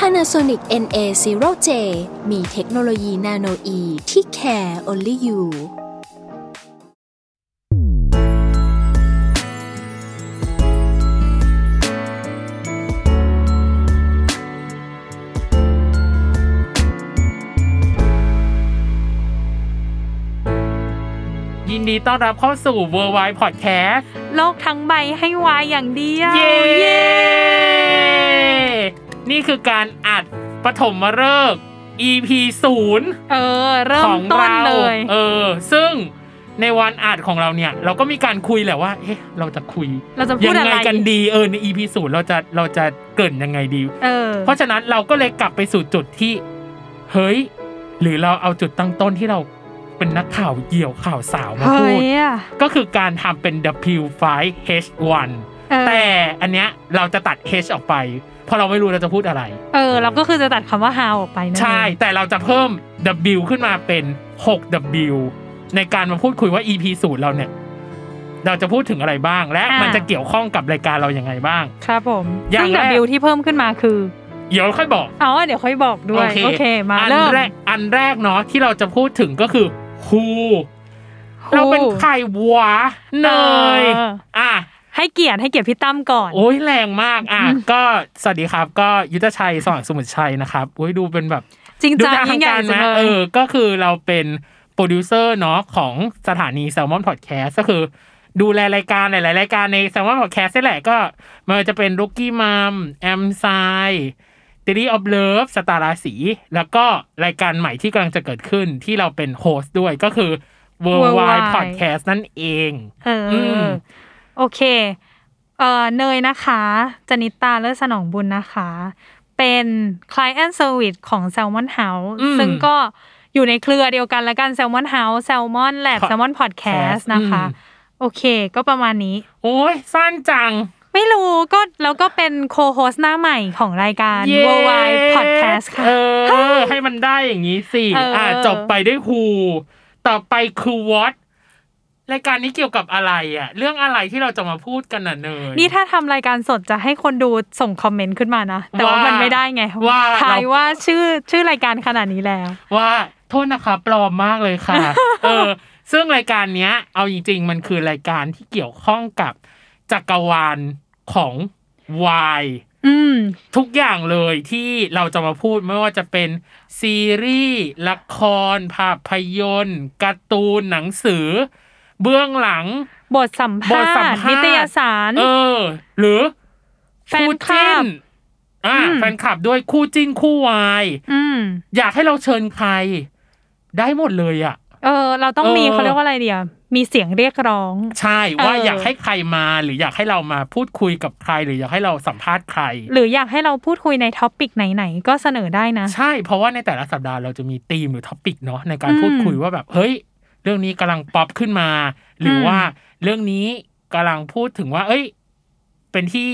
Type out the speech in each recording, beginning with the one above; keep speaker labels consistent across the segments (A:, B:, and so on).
A: Panasonic NA0J มีเทคโนโลยีนาโนอีที่ care only you
B: ยินดีต้อนรับเข้าสู่ Worldwide Podcast
C: โลกทั้งใบให้วายอย่างเดียว
B: เย้
C: เย้
B: นี่คือการอัดปฐมฤกษ์ EP 0
C: เออ เริ่
B: ข
C: ม
B: อง
C: ต้น
B: เรา
C: เลย
B: เออ ซึ่งในวันอัดของเราเนี่ย เราก็มีการคุยแหละว่า เอ๊ะ เราจะคุย
C: เราจะ
B: ยั
C: พูดอะ
B: ไง
C: ไร
B: กันดี เออ ใน EP 0เราจะเราจะเกรินยังไงดี
C: เออ
B: เพราะฉะนั้นเราก็เลยกลับไปสู่จุดที่ เฮ้ย หรือเราเอาจุดตั้งต้นที่เราเป็นนักข่าวเกี่ยวข่าวสาวมา
C: เฮ้
B: พูด
C: ยอ่ะ
B: ก็คือการทำเป็น W5H1
C: เออ
B: แต่อันเนี้ยเราจะตัด H ออกไป เพราะเราไม่รู้เราจะพูดอะไร
C: เออ เราก็คือจะตัดคำว่า how ออกไปนั่น
B: ใช่
C: เอง
B: แต่เราจะเพิ่ม W ขึ้นมาเป็น 6W ในการมาพูดคุยว่า EP สูตรเราเนี่ย เราจะพูดถึงอะไรบ้าง และมันจะเกี่ยวข้องกับรายการเราอย่างไงบ้าง
C: ครับผม
B: อย่าง
C: ซึ่ง
B: แรก
C: W ที่เพิ่มขึ้นมาคือ
B: เดี๋ยวเราค่อยบอก
C: อ๋อเดี๋ยวค่อยบอกด้วย โอเค มา
B: อัน
C: เริ่ม
B: แรกอันแรกเนาะที่เราจะพูดถึงก็คือ Who
C: Who
B: เราเป็นใครวะเนย
C: เออ
B: อ่ะ
C: ให้เกียรติให้เกียรติพี่ตั้มก่อน
B: โอ้ยแรงมากอ่ะก็สวัสดีครับ ก็ยุทธชัยสว่างสมุทรชัยนะครับโอ้ยดูเป็นแบบ
C: จริง
B: ดู
C: จัง
B: ทาง
C: ยิ่งใหญ่
B: การ
C: จัง
B: นะ
C: เล
B: เอย อก็คือเราเป็นโปรดิวเซอร์เนาะของสถานีแซลมอนพอดแคสก็คือ ดูแลรายการหลายๆรายการในแซลมอนพอดแคสนี่แหละก็ไมันจะเป็นลูกกี้มัมแอมไซติลี่ออฟเลิฟสตาราสี แล้วก็รายการใหม่ที่กำลังจะเกิดขึ้นที่เราเป็นโฮสต์ด้วยก็คือ Worldwide Podcast นั่นเอง
C: เอออ
B: ม
C: โอเค เออเนยนะคะ จนิตาเลิศสนองบุญนะคะ เป็น Client Service ของ Salmon House
B: อืม
C: ซึ่งก็อยู่ในเครือเดียวกันละกัน Salmon House Salmon Lab
B: ค่ะ
C: Salmon Podcast นะคะ
B: อืม
C: โอเค ก็ประมาณนี้
B: โอ้ยสั้นจัง
C: ไม่รู้ก็แล้วก็เป็นโคโฮสหน้าใหม่ของรายการ
B: เย้
C: Worldwide Podcast ค่ะ
B: เออ ให้มันได้อย่างนี้สิ
C: เอออ่
B: อ่า จบไปด้วยฮูต่อไปคือวอตรายการนี้เกี่ยวกับอะไรอะเรื่องอะไรที่เราจะมาพูดกันน่ะเนย
C: นี่ถ้าทำรายการสดจะให้คนดูส่งคอมเมนต์ขึ้นมานะ แต่ว่า
B: ว่ามั
C: มันไม่ได้ไง
B: ว่า
C: ทาย
B: เรา
C: ว่าชื่อชื่อรายการขนาดนี้แล้ว
B: ว่าโทษนะคะปลอมมากเลยค่ะ เออ ซึ่งรายการเนี้ย เอาจริงๆ มันคือรายการที่เกี่ยวข้องกับจักรวาลของวาย
C: อืม
B: ทุกอย่างเลยที่เราจะมาพูดไม่ว่าจะเป็นซีรีส์ ละคร ภาพยนตร์การ์ตูนหนังสือ เบื้องหลัง
C: บทสัม
B: บ
C: ภา
B: ทสัม
C: ษณ์
B: ภาษณ์
C: นิตยสาร
B: เออ หรือ
C: แฟนคลับ
B: จิ้นอ่า
C: อืม
B: แฟนคลับด้วยคู่จิ้นคู่วาย
C: อืม
B: อยากให้เราเชิญใคร ได้หมดเลยอ่ะ
C: เออ เราต้องมี
B: เออ
C: เขาเรียกว่าอะไรเดียวมีเสียงเรียกร้อง
B: ใช่ว่า
C: เออ
B: อ
C: อ
B: ยากให้ใครมาหรืออยากให้เรามาพูดคุยกับใคร หรืออยากให้เราสัมภาษณ์ใคร
C: หรืออยากให้เราพูดคุยในท็อปิกไหน ๆ ก็เสนอได้นะ
B: ใช่ เพราะว่าในแต่ละสัปดาห์เราจะมีธีมหรือท็อปิกเนาะในการ
C: อืม
B: พูดคุยว่าแบบ เฮ้ย เรื่องนี้กำลังป๊อปขึ้นมา หรืออ
C: ม
B: ว่าเรื่องนี้กำลังพูดถึงว่า เอ้ย เป็นที่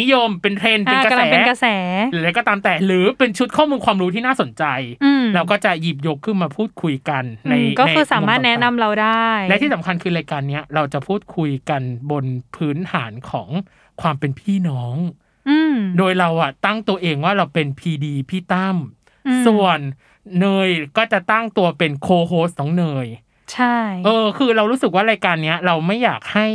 B: นิยมเป็นเทรนด์เป็น
C: อ่าก
B: ระ
C: กำ
B: แส
C: ลังเป็นกระแส
B: หรืออะไรก็ตามแต่หรือเป็นชุดข้อมูลความรู้ที่น่าสนใจ
C: อืม
B: เราก็จะหยิบยกขึ้นมาพูดคุยกันใน
C: อืมก็
B: ใน
C: คือสามารถแนะนำเราได้
B: และที่สำคัญคือรายการเนี้ย เราจะพูดคุยกันบนพื้นฐานของความเป็นพี่น้อง
C: อืม
B: โดยเราอะตั้งตัวเองว่าเราเป็นพีดีพี่ตั้ม
C: อืม
B: ส่วนเนยก็จะตั้งตัวเป็นโคโฮสของเนย
C: ใช่
B: เออ คือเรารู้สึกว่ารายการเนี้ย เราไม่อยากให้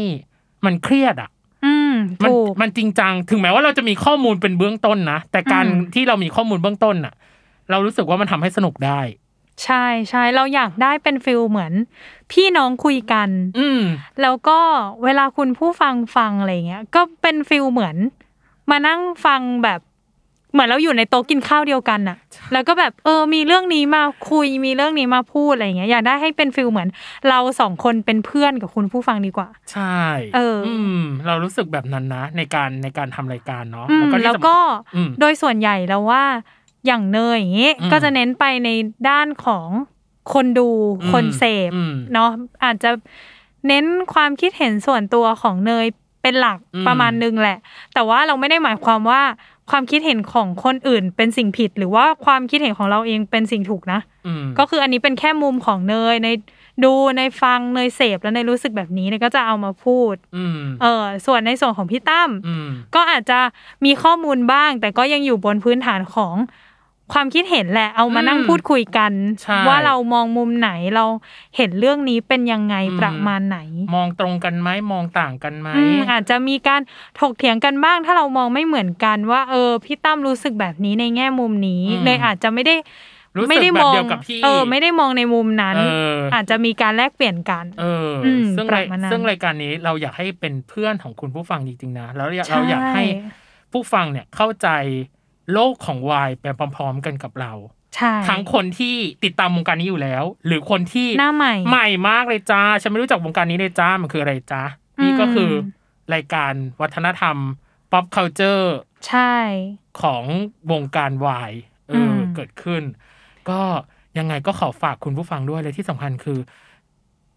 B: มันเครียดอะ
C: อืม
B: มัน
C: ถูก
B: มันจริงจัง ถึงแม้ว่าเราจะมีข้อมูลเป็นเบื้องต้นนะ แต่การ
C: อืม
B: ที่เรามีข้อมูลเบื้องต้นอะเรารู้สึกว่ามันทำให้สนุกได้
C: ใช่ใช่เราอยากได้เป็นฟิลเหมือน พี่น้องคุยกัน
B: อืม
C: แล้วก็เวลาคุณผู้ฟังฟังอะไรเงี้ย ก็เป็นฟิลเหมือน มานั่งฟังแบบ เหมือนเราอยู่ในโต๊ะกินข้าวเดียวกันน่ะ แล้วก็แบบเออมีเรื่องนี้มาคุยมีเรื่องนี้มาพูดอะไรเงี้ยอยากได้ให้เป็นฟิลเหมือน เราสองคนเป็นเพื่อนกับคุณผู้ฟังดีกว่า
B: ใช่
C: เอออื
B: มเรารู้สึกแบบนั้นนะ ในการในการทำรายการเนาะ
C: อืม
B: ที่
C: แล้ว
B: สำ
C: ก็
B: อืม
C: โดยส่วนใหญ่แล้วว่า อย่างเนยอย่างนี้
B: อืม
C: ก็จะเน้นไปในด้านของคนดู
B: อืม
C: คนเสพ
B: อืม
C: เนาะอาจจะเน้นความคิดเห็นส่วนตัวของเนยเป็นหลัก
B: อืม
C: ประมาณนึงแหละ แต่ว่าเราไม่ได้หมายความว่าความคิดเห็นของคนอื่นเป็นสิ่งผิด หรือว่าความคิดเห็นของเราเองเป็นสิ่งถูกนะ
B: อืม
C: ก็คืออันนี้เป็นแค่มุมของเนยในดูในฟังเนยเสพแล้วในรู้สึกแบบนี้เนยก็จะเอามาพูด
B: อืม
C: เออส่วนในส่วนของพี่ตั้ม
B: อืม
C: ก็อาจจะมีข้อมูลบ้าง แต่ก็ยังอยู่บนพื้นฐานของความคิดเห็นแหละ เอามา
B: อืม
C: นั่งพูดคุยกัน
B: ใช่
C: ว่าเรามองมุมไหนเราเห็นเรื่องนี้เป็นยังไง
B: อืม
C: ประมาณไหน
B: มองตรงกันไหมมองต่างกันไหม
C: อืมอาจจะมีการถกเถียงกันบ้าง ถ้าเรามองไม่เหมือนกันว่า เออพี่ตั้มรู้สึกแบบนี้ในแง่มุมนี้เลยอาจจะไม่ได้
B: รู้สึ
C: ไม่
B: ก
C: ได้
B: แบ
C: ม
B: บ
C: อง
B: เดียวกับพี่
C: เออ ไม่ได้มองในมุมนั้น
B: เอออ
C: อาจจะมีการแลกเปลี่ยนกัน
B: เอออ
C: ม
B: ซึ่ง
C: ประ
B: ราย
C: มาณนั้น
B: ซึ่งรายการนี้เราอยากให้เป็นเพื่อนของคุณผู้ฟังจริงๆนะแล้วเราเราอยากให้ผู้ฟังเนี่ยเข้าใจโลกของวายไปพร้อมๆกันกับเรา
C: ใช่
B: ทั้งคนที่ติดตามวงการนี้อยู่แล้ว หรือคนที่
C: หน้าใหม่
B: ใหม่มากเลยจ้าฉันไม่รู้จักวงการนี้เลยจ้ามันคืออะไรจ้านี่ก็คืออ
C: ม
B: รายการวัฒนธรรม pop culture
C: ใช่
B: ของวงการวายเอออ
C: ม
B: เกิดขึ้น ก็ยังไงก็ขอฝากคุณผู้ฟังด้วยเลยที่สำคัญคือ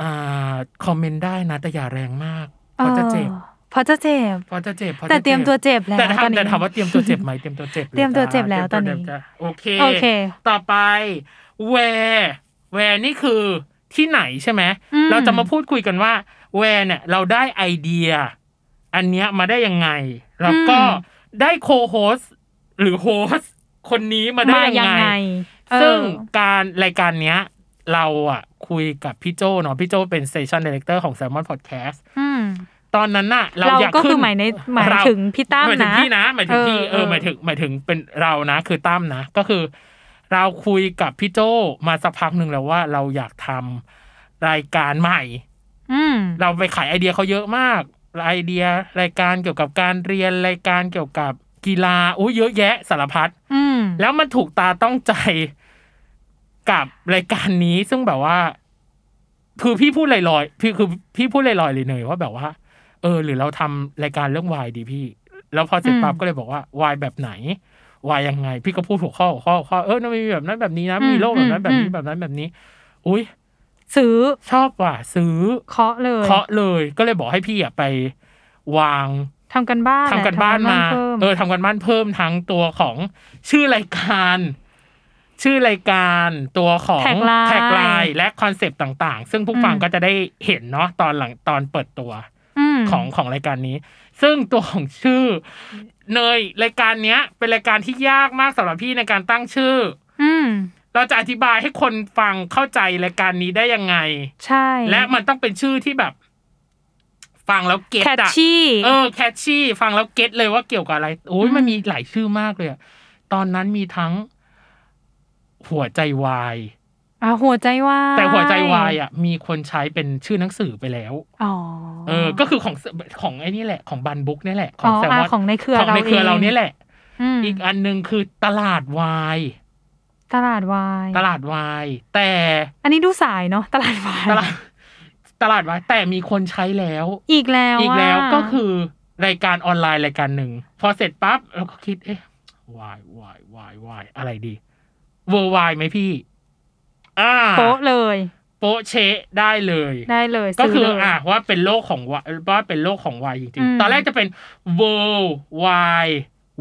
B: อ่าคอมเมนต์ได้นะ แต่อย่าแรงมากเพราะจะเจ็บ
C: ออเพราะจะเจ็บ
B: เพราะจะเจ็บพราะจะ
C: แต่เตรียมตัวเจ็บแล้ว
B: แต่
C: ตอ
B: ถาน ม
C: นี้
B: แต่ถามว่าเตรียมตัวเจ็บไหมเตรียมตัวเจ็บล
C: เตรียมตัวเจ็บ
B: จ้า
C: แล้
B: เรี
C: ว
B: ยม
C: ตอนนี้
B: เจ็บจ้าโอเค
C: โอเค
B: ต่อไปแวร์แวร์นี่คือที่ไหนใช่ไหม
C: อืม
B: เราจะมาพูดคุยกันว่าแวร์เนี่ย เราได้ไอเดีย อันเนี้ยมาได้ยังไง แล้วก็ได้โคโฮสหรือโฮสคนนี้มาได้
C: มายั
B: ยังงไง
C: ไงเออ
B: ซึ่งการรายการเนี้ย เราอะคุยกับพี่โจเนาะพี่โจเป็นเซสชั o นดีเล c เตอร์ของ s ซ l m o n Podcast
C: อืม
B: ตอนนั้นน่ะ เรา
C: เรา
B: อยาก
C: ก็
B: ขึ้
C: คือหมายในหมาย
B: เร
C: ถึงพี่ตั้ม
B: หมายถึง
C: นะ
B: พี่นะหมายถึงพี่
C: เออ
B: เออหมายถึงหมายถึงเป็นเรานะ คือตั้มนะ ก็คือ เราคุยกับพี่โจมาสักพักหนึ่งแล้วว่าเราอยากทำรายการใหม่
C: ืม
B: เราไปขายไอเดียเขาเยอะมาก ไอเดียรายการเกี่ยวกับการเรียนรายการเกี่ยวกับกีฬาอุ้ยเยอะแยะสารพัด
C: อืม
B: แล้วมันถูกตาต้องใจกับรายการนี้ ซึ่งแบบว่า คือพี่พูดลอยๆพี่คือพี่พูดลอยๆเลยเนยว่าแบบว่า เออ หรือเราทำรายการเรื่องวายดีพี่ แล้วพอเสร็จ
C: อืม
B: ปั๊บก็เลยบอกว่าวายแบบไหนวายยังไง พี่ก็พูดหัวข้อหัวข้อหัวข้อเออมันมีแบบนั้นแบบนี้นะ
C: อืม
B: มีโลกแบบนั้นแบบ
C: อื
B: นี้
C: ม
B: แบบนั้นแบบนี้ อุ้ย
C: ซื้อ
B: ชอบว่ะซื้อ
C: เคาะเลย
B: เคาะเลยก็เลยบอกให้พี่อ่ะไป วาง
C: ทำกันบ้าน
B: ทำกันบ้านมา
C: เพิ่ม
B: เออทำกันบ้านเพิ่มทั้งตัวของชื่อรายการ ชื่อรายการตัวของ
C: แท็กไลน์
B: กไลน์และคอนเซปต์ต่าง ๆ ซึ่งผู้ฟัง
C: อืม
B: ก็จะได้เห็นเนาะตอนหลังตอนเปิดตัว
C: ม
B: ของของรายการนี้ ซึ่งตัวของชื่อ เนยรายการเนี้ย เป็นรายการที่ยากมากสำหรับพี่ในการตั้งชื่อ
C: อืม
B: เราจะอธิบายให้คนฟังเข้าใจรายการนี้ได้ยังไง
C: ใช่
B: และมันต้องเป็นชื่อที่แบบ ฟังแล้วเก็ต
C: แคช
B: อะ
C: ชี่
B: เออแคชชี่ฟังแล้วเก็ตเลยว่าเกี่ยวกับอะไรโอ้ย
C: อืม
B: มันมีหลายชื่อมากเลยอะตอนนั้นมีทั้งหัวใจวาย
C: อ่ะหัวใจวาย
B: แต่หัวใจวายอ่ะ มีคนใช้เป็นชื่อหนังสือไปแล้ว
C: อ๋อ
B: เออ ก็คือของของไอ้นี่แหละ ของบันบุ๊กนี่ยแหละ
C: ของ
B: แซลมอน
C: ของในเครือ
B: ของในเครือเราเนี่ยแหละ
C: อืม
B: อีกอันหนึ่งคือตลาดวาย
C: ตลาดวาย
B: ตลาดวาย แต่
C: อันนี้ดูสายเนาะตลาดวาย
B: ตลาดตลาดวายแต่มีคนใช้แล้ว
C: อีกแล้ว
B: อีกแล้ว
C: ะ
B: ก็คือรายการออนไลน์รายการหนึ่ง พอเสร็จปั๊บเราก็คิดเอ๊ะวายวายวายวายอะไรดีเวอร์วายไหมพี่ อ่า
C: โป๊ะเลย
B: โป๊ะเชะได้เลย
C: ได้เลย
B: ก็คือ
C: ซื้เลย
B: อ่ะว่าเป็นโลกของวายว่าเป็นโลกของวายจริง
C: อืม
B: ๆ ตอนแรกจะเป็น world wide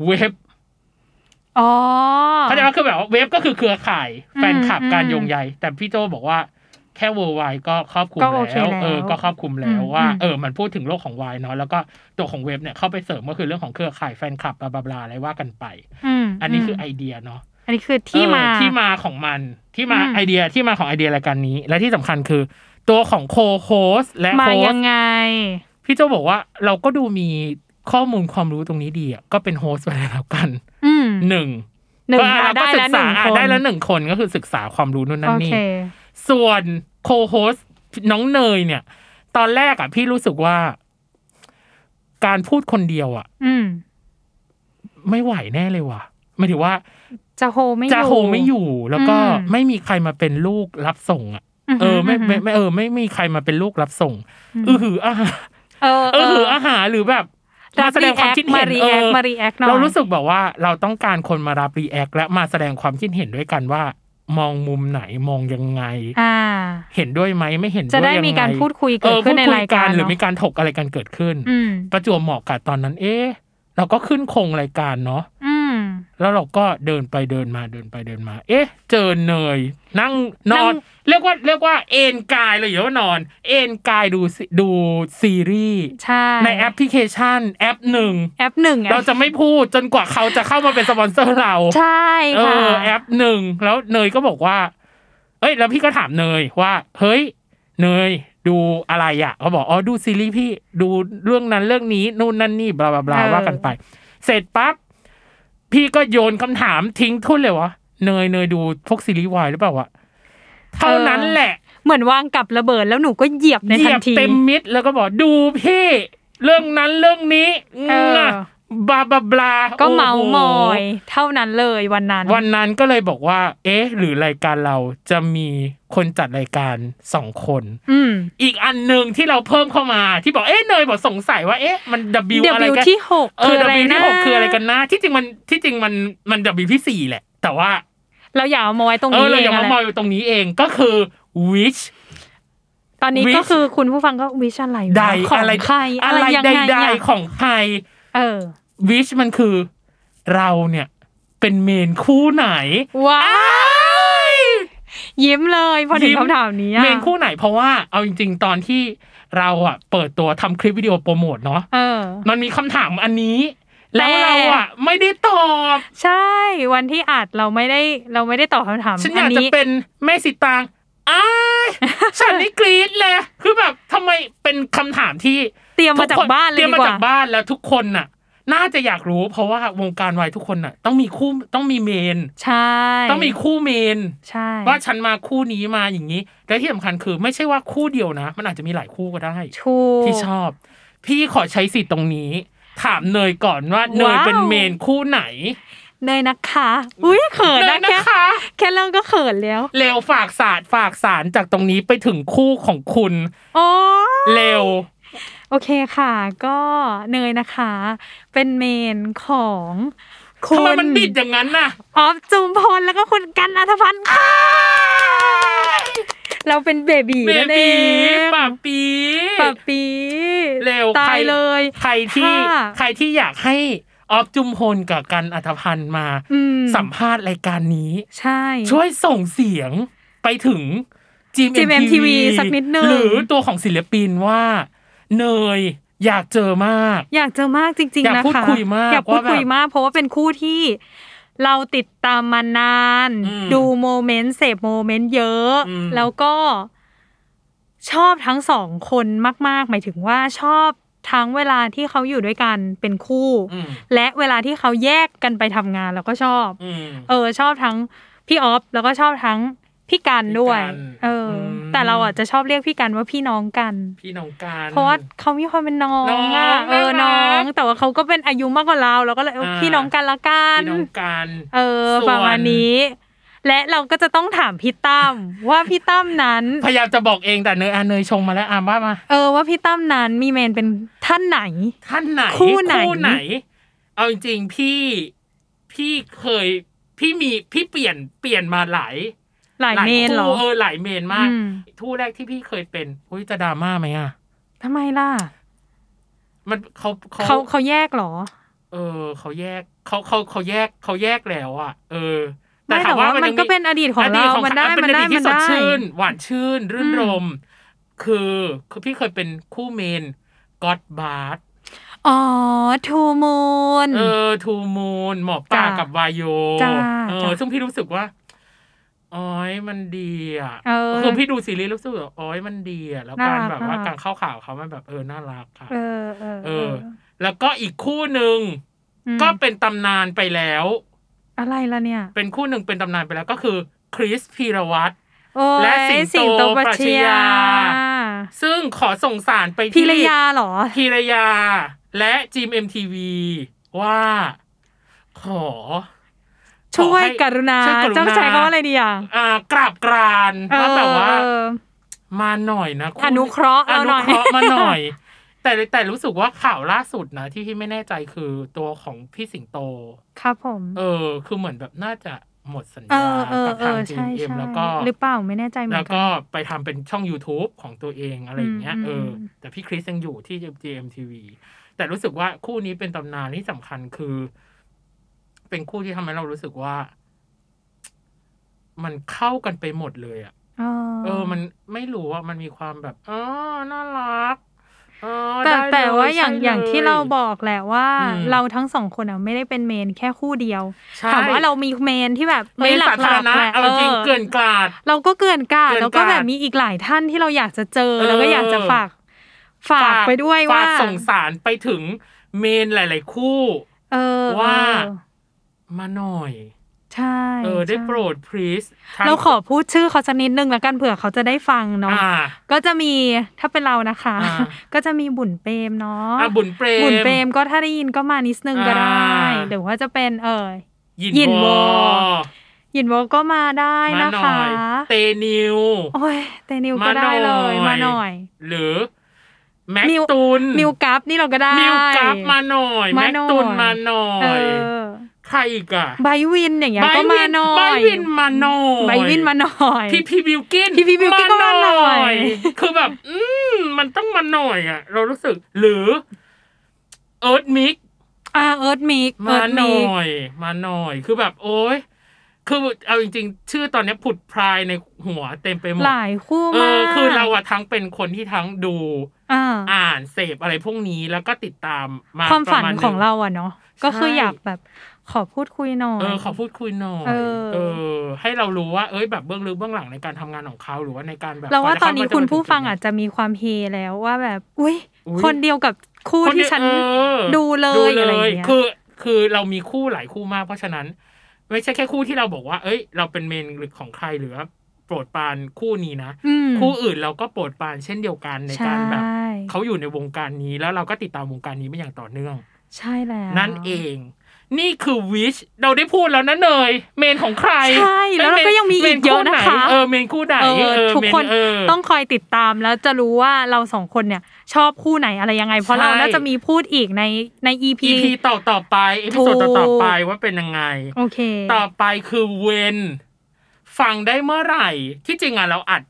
B: web
C: อ๋อ
B: เขาใจว่าคือแบบว่าเว็บก็คือเครือข่าย
C: อืม
B: แฟนคลับการ
C: อืม
B: โยงใยแต่พี่โจบอกว่าแค่ worldwide ก็ครอบคลุม
C: ก็
B: แล
C: โอเค้
B: ว
C: แล้ว
B: เออก็ครอบคลุมแล้ว
C: อืม
B: ว่า
C: อืม
B: เออ มันพูดถึงโลกของวายเนาะแล้วก็ตัวของเว็บเนี่ยเข้าไปเสริมก็คือเรื่องของเครือข่ายแฟนคลับบลาบลาบลาอะไรว่ากันไป
C: ม
B: อันนี้คือ
C: ม
B: ไอเดียเนาะ
C: อันนี้คือที่
B: เออ
C: มา
B: ที่มาของมันที่มา
C: อืม
B: ไอเดียที่มาของไอเดียรายการนี้ และที่สำคัญคือ ตัวของโคโฮสและ
C: มา
B: โฮ
C: ยั
B: ส
C: งไง
B: พี่โจบอกว่าเราก็ดูมีข้อมูลความรู้ตรงนี้ดีอะก็เป็นโฮสไปเลยแล้วกัน
C: อืม
B: หนึ่ง
C: หนึ่ง
B: ก็อ่ะ
C: อ่ะ
B: เราก็
C: ได้
B: ศึ
C: แล้ว
B: ก
C: หนึ่
B: ษาง อ่ะ
C: คน
B: ได้แล้วหนึ่งคนก็คือศึกษาความรู้นู่นนั่
C: โอน เค
B: นี่ ส่วนโคโฮสน้องเนยเนี่ย ตอนแรกอ่ะพี่รู้สึกว่า การพูดคนเดียวอ่ะ
C: อืม
B: ไม่ไหวแน่เลยว่ะหมายถึงว่า
C: จะโฮไม่อยู่
B: จะโฮไม่อยู่ แล้วก็
C: อืม
B: ไม่มีใครมาเป็นลูกรับส่งอ่ะเออไม่ไม่ไม่เออ ไม่มีใครมาเป็นลูกรับส่ง
C: ม
B: อือหืออาหา
C: เออ
B: เอ
C: เอ
B: อหื
C: อ
B: ออาหาหรือแบบ มาแสดงความคิดเห็น
C: รี
B: เอ
C: แอค
B: อ
C: มารีแอคหน่อย
B: เรารู้สึกแบบว่าเราต้องการคนมารับรีแอคและมาแสดงความคิดเห็นด้วยกันว่า มองมุมไหนมองยังไง
C: อ่า
B: เห็นด้วยไหมไม่เห็นวย
C: จะได้มีการ
B: ยังไง
C: พูดคุยเกิด
B: ออ
C: ขึ้นใน
B: พูดคุ
C: รายการ
B: หรือ
C: เนาะ
B: มีการถกอะไรกันเกิดขึ้น
C: อืม
B: ประจวบเหมาะกับตอนนั้น เอ๊ะเราก็ขึ้นโครงรายการเนาะ
C: อืม
B: แล้วเราก็เดินไปเดินมาเดินไปเดินมา เอ๊ะ เจอเนย นั่งน
C: นั่
B: อน
C: ง
B: เรียกว่าเรียกว่าเอนกายเลยเหรอว่านอน เอนกายดูซีดูซีรีส์
C: ใช่
B: ในแอปพลิเคชันแอปหนึ่ง
C: แอปหนึ่ง
B: เราจะไม่พูดจนกว่าเขาจะเข้ามาเป็นสปอนเซอร์เรา
C: ใช่
B: เอ
C: ค่ะ
B: อแอปหนึ่งแล้วเนยก็บอกว่า เอ้ย แล้วพี่ก็ถามเนยว่า เฮ้ย เนยดูอะไรอ่ะเขาบอกอ๋อดูซีรีส์พี่ดูเรื่องนั้นเรื่องนี้นู่นนั่นนี่บลาบลาบลาว่ากันไป เสร็จปั๊บพี่ก็โยนคำถามทิ้งทุ่นเลยวะเนยเนยดูพวกซีรีส์วายหรือเปล่าวะเท่านั้นแหละ
C: เหมือนวางกับระเบิดแล้วหนูก็เหยียบใน
B: เห
C: ทั
B: ยี
C: น
B: ยบ
C: ที
B: เต็มมิดแล้วก็บอกดูพี่ เรื่องนั้นเรื่องนี้
C: เออ
B: งะบลาบลาบลา
C: ก็
B: โอ้โห
C: เมามอย เท่านั้นเลยวันนั้น
B: วันนั้นก็เลยบอกว่า เอ๊ะ หรือรายการเราจะมีคนจัดรายการสองคน
C: อืม
B: อีกอันหนึ่งที่เราเพิ่มเข้ามาที่บอกเอ๊ะเนยบอกสงสัยว่าเอ๊ะมัน W
C: เด
B: อะไร
C: บิว
B: กัน
C: ที่หก
B: เอ
C: คือ ออะไร
B: W
C: นะ
B: ที่หกคืออะไรกันนะที่จริงมันที่จริงมันมัน W ที่สี่แหละ แต่ว่า
C: เราอยากเอามาไว้ตรง
B: เอ
C: นี้
B: อเรา
C: เอ
B: อง ย่า
C: อะ
B: มา
C: ไร
B: มอยตรงนี้เองก็คือ which
C: ตอนนี้
B: วิช
C: ก็คือคุณผู้ฟังก็วิชอะไรวะ
B: ใด
C: ของ
B: อะไร
C: ใครอะ
B: อะไร ไร
C: ยัง
B: ใ
C: ไง
B: ด
C: อะ
B: ๆของใคร
C: เออ
B: วิชมันคือเราเนี่ยเป็นเมนคู่ไหน
C: ว้า
B: อ้า
C: วย ยิ้มเลยพอถึง
B: ยิ้ม
C: คำถามนี้อะ
B: เมนคู่ไหนเพราะว่าเอาจริง ๆ ตอนที่เราอ่ะเปิดตัวทำคลิปวิดีโอโปรโมทเนาะ
C: เออ
B: มันมีคำถามอันนี้ แล้ว
C: แต่
B: เราอ่ะ ไม่ได้ตอบ
C: ใช่วันที่อัดเราไม่ได้เราไม่ได้ตอบคำถาม
B: ฉันอยาก
C: น
B: จะ
C: นี้
B: เป็นแม่สิตาง อ้ายฉันนี่กรี๊ดเลยคือแบบทำไมเป็นคำถามที่
C: เตรียมมาจาก
B: ทุค
C: บ้านเลย
B: เตรียมมา
C: ดี
B: ก
C: ว่า
B: จากบ้านแล้วทุกคนน่ะ น่าจะอยากรู้เพราะว่าวงการวายทุกคนน่ะ ต้องมีคู่ต้องมีเมน
C: ใช่
B: ต้องมีคู่เมน
C: ใช่
B: ว่าฉันมาคู่นี้มาอย่างนี้ และที่สำคัญคือไม่ใช่ว่าคู่เดียวนะ มันอาจจะมีหลายคู่ก็ได้
C: ถูก
B: ที่ชอบ พี่ขอใช้สิทธิ์ตรงนี้ ถามเนยก่อนว่าเนย
C: ว้าว
B: เป็นเมนคู่ไหน
C: เนยนะคะ อุ้ยเขิน
B: เน
C: นะ
B: ยนะ
C: แค่
B: คะ
C: แค่เริ่มก็เขินแล้ว
B: เร็วฝากสารฝากสารจากตรงนี้ไปถึงคู่ของคุณ
C: โอ้
B: เร็ว
C: โอเคค่ะ ก็เนยนะคะ เป็นเมนของคุ
B: ทำ
C: ณ
B: ไมมันบิดอย่างนั้นน่ะ
C: ออฟจุมพลแล้วก็คุณกันอัธพันธ์ค่ะเราเป็นเบบี
B: เบ
C: นั่นเอ
B: บี
C: ง
B: ป่าปี
C: ปับปี
B: เร็ว
C: ตายเลย
B: ใครที่
C: ค่ะ
B: ใครที่อยากให้ออฟจุมพลกับกันอัธพันธ์มา
C: อืม
B: สัมภาษณ์รายการนี้
C: ใช่
B: ช่วยส่งเสียงไปถึง
C: GMMTV
B: GMMTV
C: สักนิดนึง
B: หรือตัวของศิลปินว่าเนยอยากเจอมาก
C: อยากเจอมากจริง
B: อยา
C: ๆ
B: ก
C: นะคะ
B: พูดคุยมาก
C: อยากพูด
B: ว่าแบบ
C: คุยมาก เพราะว่าเป็นคู่ที่เราติดตามมานาน
B: อืม
C: ดูโมเมนต์เสพโมเมนต์เยอะ
B: อืม
C: แล้วก็ชอบทั้งสองคนมาก ๆ หมายถึงว่าชอบทั้งเวลาที่เขาอยู่ด้วยกันเป็นคู่
B: อืม
C: และเวลาที่เขาแยกกันไปทำงานเราก็ชอบ
B: อืม
C: เออ ชอบทั้งพี่ออฟแล้วก็ชอบทั้งพี่กันด้วย
B: พี่กัน
C: เอออ
B: ม
C: แต่เราอ่ะจะชอบเรียกพี่กันว่าพี่น้องกัน
B: พี่น้องการ
C: เพราะว่าเขามีความเป็นน้อง
B: น้อง
C: อะเออ
B: น่ารัก
C: น้อง แต่ว่าเขาก็เป็นอายุมากกว่าเราเราก็เลยเออ
B: อ่า
C: พี่น้องกันละกัน
B: พี่น้องการ
C: เออ
B: ส่วน
C: ประมาณนี้ และเราก็จะต้องถามพี่ตั้ ม ว่าพี่ตั้มนั้น
B: พยายามจะบอกเองแต่เนยอ่ะเนยชงมาแล้วอ่ะว่ามา
C: เออว่าพี่ตั้มนั้นมีเมนเป็นท่านไหน
B: ท่านไหน
C: คู่ไหน
B: เอาจริงๆพี่พี่เคยพี่มีพี่เปลี่ยนเปลี่ยนมาหลาย
C: หลายเมนเหรอ
B: คู่เออหลายเมนมาก
C: อืม
B: ทู่แรกที่พี่เคยเป็นอุ้ยจะดราม่าไหมอ่ะ
C: ทำไมล่ะ
B: มันเขา
C: เขา
B: เขา
C: เขาแยกเหรอ
B: เออเขาแยกเขาเขาเขาแยกเขาแยกแล้วอ่ะ เออ
C: ไม่แต่ว่ามัน
B: ยัง
C: ก็เป็นอดีตของเรา
B: ต
C: มันได้
B: เป็
C: มัน
B: อ
C: ได้
B: ดีต
C: มัน
B: ที่สด
C: ได้
B: ชื่น หวานชื่น รื่น
C: อืม
B: รม คือคือพี่เคยเป็นคู่เมนก็อดบาร์
C: อ๋อทูมูน
B: เออทูมูนหมอปลา
C: จ้า
B: กับวายโย
C: จ้า
B: เออ
C: จ้า
B: ซึ่งพี่รู้สึกว่าอ๋อยมันดีอ่ะ
C: เออ
B: คือพี่ดูซีรีส์รู้สึกว่าอ๋อยมันดีอ่ะแล้วการ
C: น่ารั
B: แบ
C: ก
B: บว่า
C: น่ารัก
B: การเข้าข่าวเขามันแบบเออน่ารักค่ะ
C: เออเออ
B: เออ แล้วก็อีกคู่หนึ่ง
C: ม
B: ก็เป็นตำนานไปแล้ว
C: อะไรล่ะเนี่ย
B: เป็นคู่หนึ่งเป็นตำนานไปแล้วก็คือคริสพีรวัตร
C: โอ้ย
B: และสิงโต
C: ปรั
B: ปรัช
C: ชญ
B: ญา
C: า
B: ซึ่งขอส่งสารไป
C: พิ
B: ที่
C: รยาเหรอ
B: พีรยา และจีมเอ็มทีวีว่า ขอ
C: ช่ว
B: ขอ
C: ย
B: ให้
C: กรุณา
B: ช่วยกรุณา
C: เจ้าชายเขาว่าอะไรดีอ่ะ
B: อ่ากราบกรานว่าแบบว่า
C: เออ
B: มาหน่อยนะณ
C: อนุเคราะห์
B: อ
C: เราห
B: นุ
C: น่อย
B: เคราะห์มาหน่อย แต่แต่รู้สึกว่าข่าวล่าสุดนะที่พี่ไม่แน่ใจคือตัวของพี่สิงโต
C: ครับผม
B: เออ คือเหมือนแบบน่าจะหมดสัญ
C: เอ
B: ญา
C: อเออ
B: กับ
C: เอ
B: ทาง
C: อ
B: จี
C: ใช่
B: เอ็ม
C: ใช่
B: แล้วก็
C: หรือเปล่าไม่แน่ใจเหมื
B: แล้ว
C: อนกั
B: ก็
C: น
B: ไปทำเป็นช่อง YouTube ของตัวเองอะไรอย่างเงี้ย
C: อืม
B: เอออ
C: ม
B: แต่พี่คริสยังอยู่ที่ GMTV แต่รู้สึกว่าคู่นี้เป็นตำนานที่สำคัญคือ เป็นคู่ที่ทำให้เรารู้สึกว่า มันเข้ากันไปหมดเลยอะ
C: เออ
B: เออ มันไม่รู้ว่ามันมีความแบบอ๋อน่ารักเออ
C: แต่
B: ได้เลย
C: แต่ว่าอย่าง
B: ใช่
C: อย่าง
B: ล
C: ที่เราบอกแหละว่า
B: อืม
C: เราทั้งสองคนอ่ะไม่ได้เป็นเมนแค่คู่เดียว
B: ใช่
C: ถามว่าเรามีเมนที่แบบ
B: ไม่สา
C: หลัก
B: ธาร
C: ๆ
B: ณะ
C: แหละ
B: เอาจริง
C: เออ
B: เกินกลาด
C: เราก็เกินกาด
B: เกินกาด
C: แล้วก็แบบมีอีกหลายท่านที่เราอยากจะเจอ
B: เออ
C: แล้วก็อยากจะฝาก ฝากไปด้วย
B: ฝ
C: ว่า
B: กส่งสารไปถึงเมนหลาย ๆ คู่
C: เออ
B: ว่า
C: เออ
B: มาหน่อย
C: ใช่
B: เออ ได้
C: ใช่
B: โปรด please ทั้ง
C: เราขอพูดชื่อเขาสักนิดนึงแล้วกันเผื่อเขาจะได้ฟังเนาะ
B: อ่า
C: ก็จะมีถ้าเป็นเรานะคะ
B: อ่า
C: ก็จะมีบุญเปรมเนาะ
B: อ่ะบุญเปรม
C: บุญเปรมก็ถ้าได้ยินก็มานิดนึงก็ได้
B: อ่า
C: หรือว่าจะเป็นเออ
B: ยิน
C: ยิน
B: ว
C: วอ
B: อ
C: หยินโวก็มาได้
B: มา
C: นะ
B: หน่
C: คะ
B: อย เตนิว
C: โอ้ยเตนิวก็
B: มา
C: ได้
B: ห
C: เล
B: น่อย
C: ยมาหน่อย
B: หรือ แม็ก
C: นิว
B: ตุน
C: มิวกัฟนี่เราก็ได้
B: มิวกัฟมาหน่อย
C: มา
B: แม็ก
C: หน่อย
B: ตุนมาหน่อ
C: เอย อ
B: ใครอีกอะ
C: ไบร์ทวินอย่างเงี้ย
B: ไบร์ท
C: ก็
B: วิ
C: มาหน่อย
B: ไบร์ทวินมาหน่อย
C: ไบร์ทวินมาหน่อย
B: พี่พี่บิวกิน
C: พี่พี่บิวกิ้นก็มาหน่อย
B: คือแบบ อืมมันต้องมาหน่อยอะเรารู้สึก หรือเอิร์ธมิก
C: อ่าเอิร์ธมิก
B: มา
C: เอิร์ธ
B: ห
C: มิ
B: น่
C: ก
B: อย มาหน่อย คือแบบโอ้ย คือเอาจริงๆ ชื่อตอนเนี้ยผุดพรายในหัวเต็มไปหมด
C: หลายคู่
B: เอ
C: มาก
B: อ คือเราอะทั้งเป็นคนที่ทั้งดู
C: อ่า
B: อ่านเสพอะไรพวกนี้แล้วก็ติดตามมา
C: ความฝัน
B: ประณห
C: ของเราอะเนาะก็คือ
B: ใช่
C: อยากแบบขอพูดคุยหน่อย
B: เออขอพูดคุยหน่อย
C: เออ
B: อให้เรารู้ว่า เอ้ยแบบเบื้องลึกเบื้องหลังในการทำงานของเขาหรือว่าในการแบบ
C: เราว่า
B: ก่
C: ต
B: จะ
C: อนนี้
B: เข
C: คุณผู้ฟัง
B: จม
C: อาจ
B: ถึ
C: จะมีความเฮแล้วว่าแบบ อุ้ย
B: อุ๊ย
C: คนเดียวกับคู่
B: คน
C: ที่
B: เยว
C: ฉัน
B: เออ
C: ดูเลยอะไรอย่างเงี้ย
B: คือ คือเรามีคู่หลายคู่มาก เพราะฉะนั้น ไม่ใช่แค่คู่ที่เราบอกว่า เอ้ย เราเป็นเมนหรือของใครหรือว่าโปรดปรานคู่นี้นะ
C: อืม
B: คู่อื่นเราก็โปรดปรานเช่นเดียวกันในการแบบ
C: ใช่
B: เขาอยู่ในวงการนี้แล้วเราก็ติดตามวงการนี้มาอย่างต่อเนื่อง
C: ใช่แล้ว
B: นั่นเอง นี่คือวิชเราได้พูดแล้วนะเนยเมนของใคร
C: ใช่แล้วเราก็ยังมีอีกเยอะนะคะ
B: เมนคู่ไหเออเมนคู่ไหน
C: เอ
B: เอ
C: อ
B: อ
C: ทุก
B: เม
C: คน
B: เออ
C: ต้องคอยติดตามแล้วจะรู้ว่าเราสองคนเนี่ย ชอบคู่ไหนอะไรยังไง เพราะ
B: ใช่
C: เราน่าจะมีพูดอีกในใน EP
B: EP ต่อต่อๆไปเอพิโซด
C: ถู
B: ต่อก ต่อๆไปว่าเป็นยังไง
C: โอเค
B: ต่อไปคือเวนฟังได้เมื่อไหร่ ที่จริงอ่ะเราอัด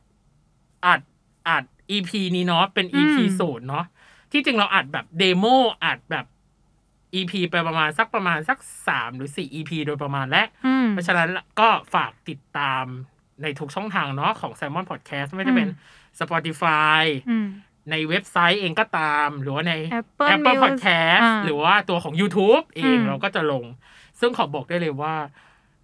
B: อัดอัด EP นี้เนาะเป็น EP
C: อืม
B: ศูนย์เนาะที่จริงเราอัดแบบเดโมอัดแบบ EP ไปประมาณสักประมาณสักสามหรือสี่ EP โดยประมาณและ
C: อืม
B: เพราะฉะนั้นก็ฝากติดตามในทุกช่องทางเนาะของ s ซ l m o n Podcast ไม่ว่าจะเป็น
C: อื
B: Spotify
C: อืม
B: ในเว็บไซต์เองก็ตาม หรือว่าใน
C: Apple Music
B: Podcast
C: อ่า
B: หรือว่าตัวของ YouTube เอง
C: อืม
B: เราก็จะลง ซึ่งขอบอกได้เลยว่า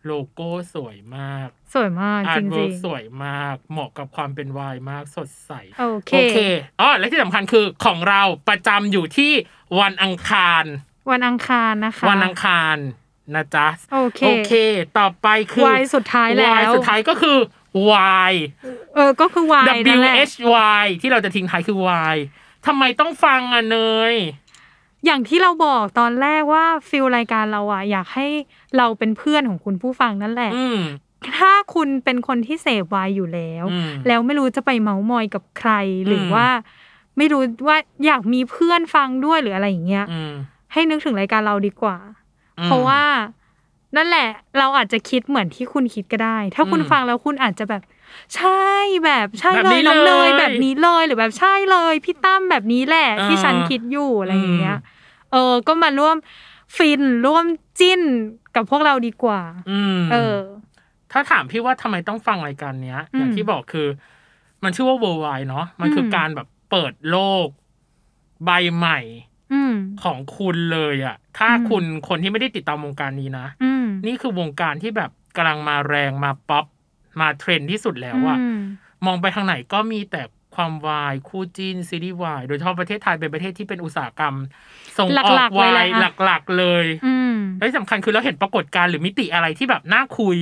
B: โลโก้สวยมาก
C: สวยมาก
B: อา
C: จ
B: ร์ตเวิ
C: ริ
B: ร์
C: ง
B: กสวยมาก เหมาะกับความเป็นวายมากสดใส
C: ๆ โอเค
B: โอเคอ๋อและที่สำคัญคือของเราประจำอยู่ที่วันอังคาร
C: วันอังคารนะคะ
B: วันอังคารนะจ๊ะ
C: โอเค
B: โอเค ต่อไปคือ
C: วายสุดท้ายแล้ว
B: วายสุดท้ายก็คือ Y
C: เออก็คือวายนั่น
B: W
C: แหละ
B: H Y ที่เราจะทิ้งท้ายคือ Y ทำไมต้องฟังอ่ะเนย
C: อย่างที่เราบอกตอนแรกว่าฟิลรายการเราอะอยากให้เราเป็นเพื่อนของคุณผู้ฟังนั่นแหละ
B: อืม
C: ถ้าคุณเป็นคนที่เสพวายอยู่แล้ว
B: อืม
C: แล้วไม่รู้จะไปเมาส์มอยกับใคร หรือ
B: ม
C: อว่า ไม่รู้ว่าอยากมีเพื่อนฟังด้วยหรืออะไรอย่างเงี้ย
B: อืม
C: ให้นึกถึงรายการเราดีกว่า
B: อืม
C: เพราะว่านั่นแหละ เราอาจจะคิดเหมือนที่คุณคิดก็ได้ ถ้าคุณ
B: อืม
C: ฟังแล้วคุณอาจจะแบบ ใช่แบบใช่
B: แบบ
C: เล
B: นี้
C: ยน้องเนย
B: เลย
C: แบบนี้เลยหรือแบบใช่เลยพี่ตั้มแบบนี้แหละ
B: อ่า
C: ที่ฉันคิดอยู่อะไรอย่างเงี้ย
B: อื
C: เออ ก็มาร่วมฟินร่วมจิ้นกับพวกเราดีกว่า
B: อืม
C: เออ
B: ถ้าถามพี่ว่าทำไมต้องฟังรายการเนี้ย
C: อืม
B: อย่างที่บอกคือ มันชื่อว่า World Wide เนาะมันคืออ
C: ม
B: การแบบเปิดโลก ใบใหม่
C: อืม
B: ของคุณเลยอะถ้า
C: อืม
B: คุณคนที่ไม่ได้ติดตามวงการนี้นะ
C: อืม
B: นี่คือวงการที่แบบกำลังมาแรงมาป๊อปมาเทรนด์ที่สุดแล้วอะ
C: อืม
B: มองไปทางไหนก็มีแต่ความวาย คู่จีนซีรีส์วาย โดยเฉพาะประเทศไทยเป็นประเทศที่เป็นอุตสาหกรรม ส่งออ
C: หลั
B: ก
C: กๆเล
B: วาย ย
C: นะคะ
B: หลักๆเลย
C: อืม
B: และที่สำคัญคือเราเห็นปรากฏการณ์หรือมิติอะไรที่แบบน่าคุย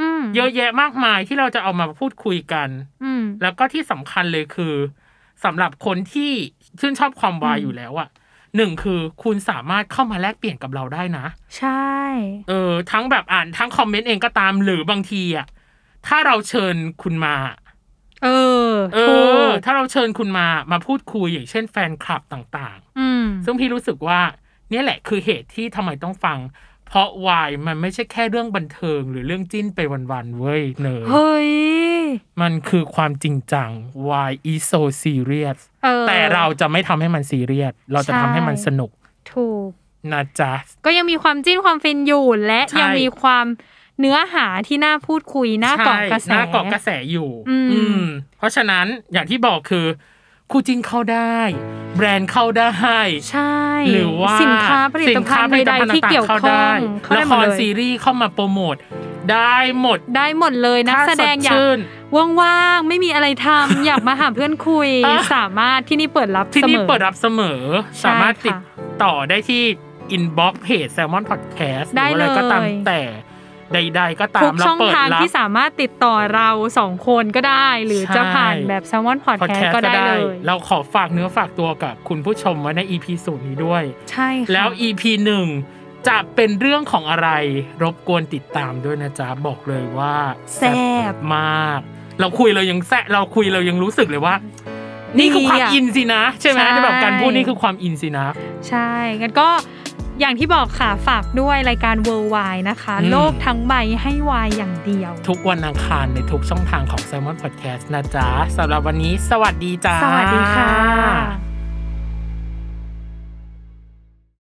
C: อืม
B: เยอะแยะมากมายที่เราจะเอามาพูดคุยกัน
C: อืม
B: แล้วก็ที่สำคัญเลยคือสำหรับคนที่ชื่นชอบความวาย
C: อืม
B: อยู่แล้วอะหนึ่งคือคุณสามารถเข้ามาแลกเปลี่ยนกับเราได้นะ
C: ใช่
B: เออทั้งแบบอ่านทั้งคอมเมนต์เองก็ตามหรือบางทีอะถ้าเราเชิญคุณมา
C: เออ
B: เอ
C: ถู
B: อ
C: ก
B: ถ้าเราเชิญคุณมามาพูดคุยอย่างเช่นแฟนคลับต่าง
C: อืม
B: ๆ ซึ่งพี่รู้สึกว่าเนี่ยแหละคือเหตุที่ทำไมต้องฟัง เพราะวายมันไม่ใช่แค่เรื่องบันเทิง หรือเรื่องจิ้นไปวันๆเว้ยเนย
C: เฮ้ย
B: มันคือความจริงจัง why is so serious
C: เออ
B: แต่เราจะไม่ทำให้มันซีเรียส เราจะ
C: ใช่
B: ทำให้มันสนุก
C: ถูก
B: นะจ๊ะ
C: ก็ยังมีความจิ้นความฟินอยู่และ
B: ใช่
C: ยังมีความเนื้อหาที่น่าพูดคุยน่าเกาะกระแส
B: ใช่หน้าเกาะกระแสอยู่
C: อืม
B: อืม เพราะฉะนั้นอย่างที่บอกคือ คู่จิ้นเข้าได้ แบรนด์เข้าได้
C: ใช่
B: หรือว่า
C: สินค้าผลิต
B: สิน
C: ภั
B: ค้า
C: ณฑ์
B: ผลิต
C: ใด
B: ภัณฑ์
C: ๆที่
B: ต่าง
C: เกี่ย
B: ๆ
C: ว
B: เข้า
C: ข้อ
B: ได้
C: งเข้าได้
B: ละ
C: ห
B: ค
C: ม
B: ร
C: ดเลย
B: ซีรีส์เข้ามาโปรโมท ได้หมด
C: ได้หมดเลยนักแสดงอยา
B: ถ้า
C: ก
B: ชื่น
C: ว่างๆ ไม่มีอะไรทำ อยากมาหาเพื่อนคุย
B: อ่ะ
C: สามารถที่นี่เปิดรับ
B: ที่
C: สมอ
B: นี่เปิดรับเสมอ
C: ใช่
B: สามารถติด
C: ค่ะ
B: ต่อได้ที่ inbox เพจ Salmon Podcast ห
C: ได้
B: รืออะไรก็ตาม
C: เลย
B: แต่ใด ๆ ก็ตา
C: ทุ
B: ม
C: ก
B: เรา
C: ช่อง
B: เปิด
C: ทาง
B: รับ
C: ที่สามารถติดต่อเราสองคนก็ได้ หรือจะผ่านแบบแซลมอนพอด
B: พอด
C: แคส
B: แคส
C: ต์
B: ต์
C: ก็
B: ก็
C: ได้
B: ได้
C: เลย
B: เราขอฝากเนื้อฝากตัวกับคุณผู้ชมไว้ใน EP ศูนย์นี้ด้วย
C: ใช่ค่ะ
B: แล้ว EP หนึ่งจะเป็นเรื่องของอะไร รบกวนติดตามด้วยนะจ๊ะ บอกเลยว่า
C: แซ่บ
B: มาก เราคุยเรายังแซะเราคุยเรายังรู้สึกเลยว่า นี่คือความ
C: ดีอะ
B: อินสินะ ใช่ไหม
C: ใช่
B: แต่แบบการพูดนี่คือความอินสินะ
C: ใช่งั้นก็อย่างที่บอกค่ะ ฝากด้วยรายการ Worldwide นะคะ
B: อืม
C: โลกทั้งใบให้วายอย่างเดียว
B: ทุกวันอังคารในทุกช่องทางของ s ซ l m o n Podcast นะจ๊ะสำหรับวันนี้ สวัสดีจ้า
C: สวัสดีค่ะ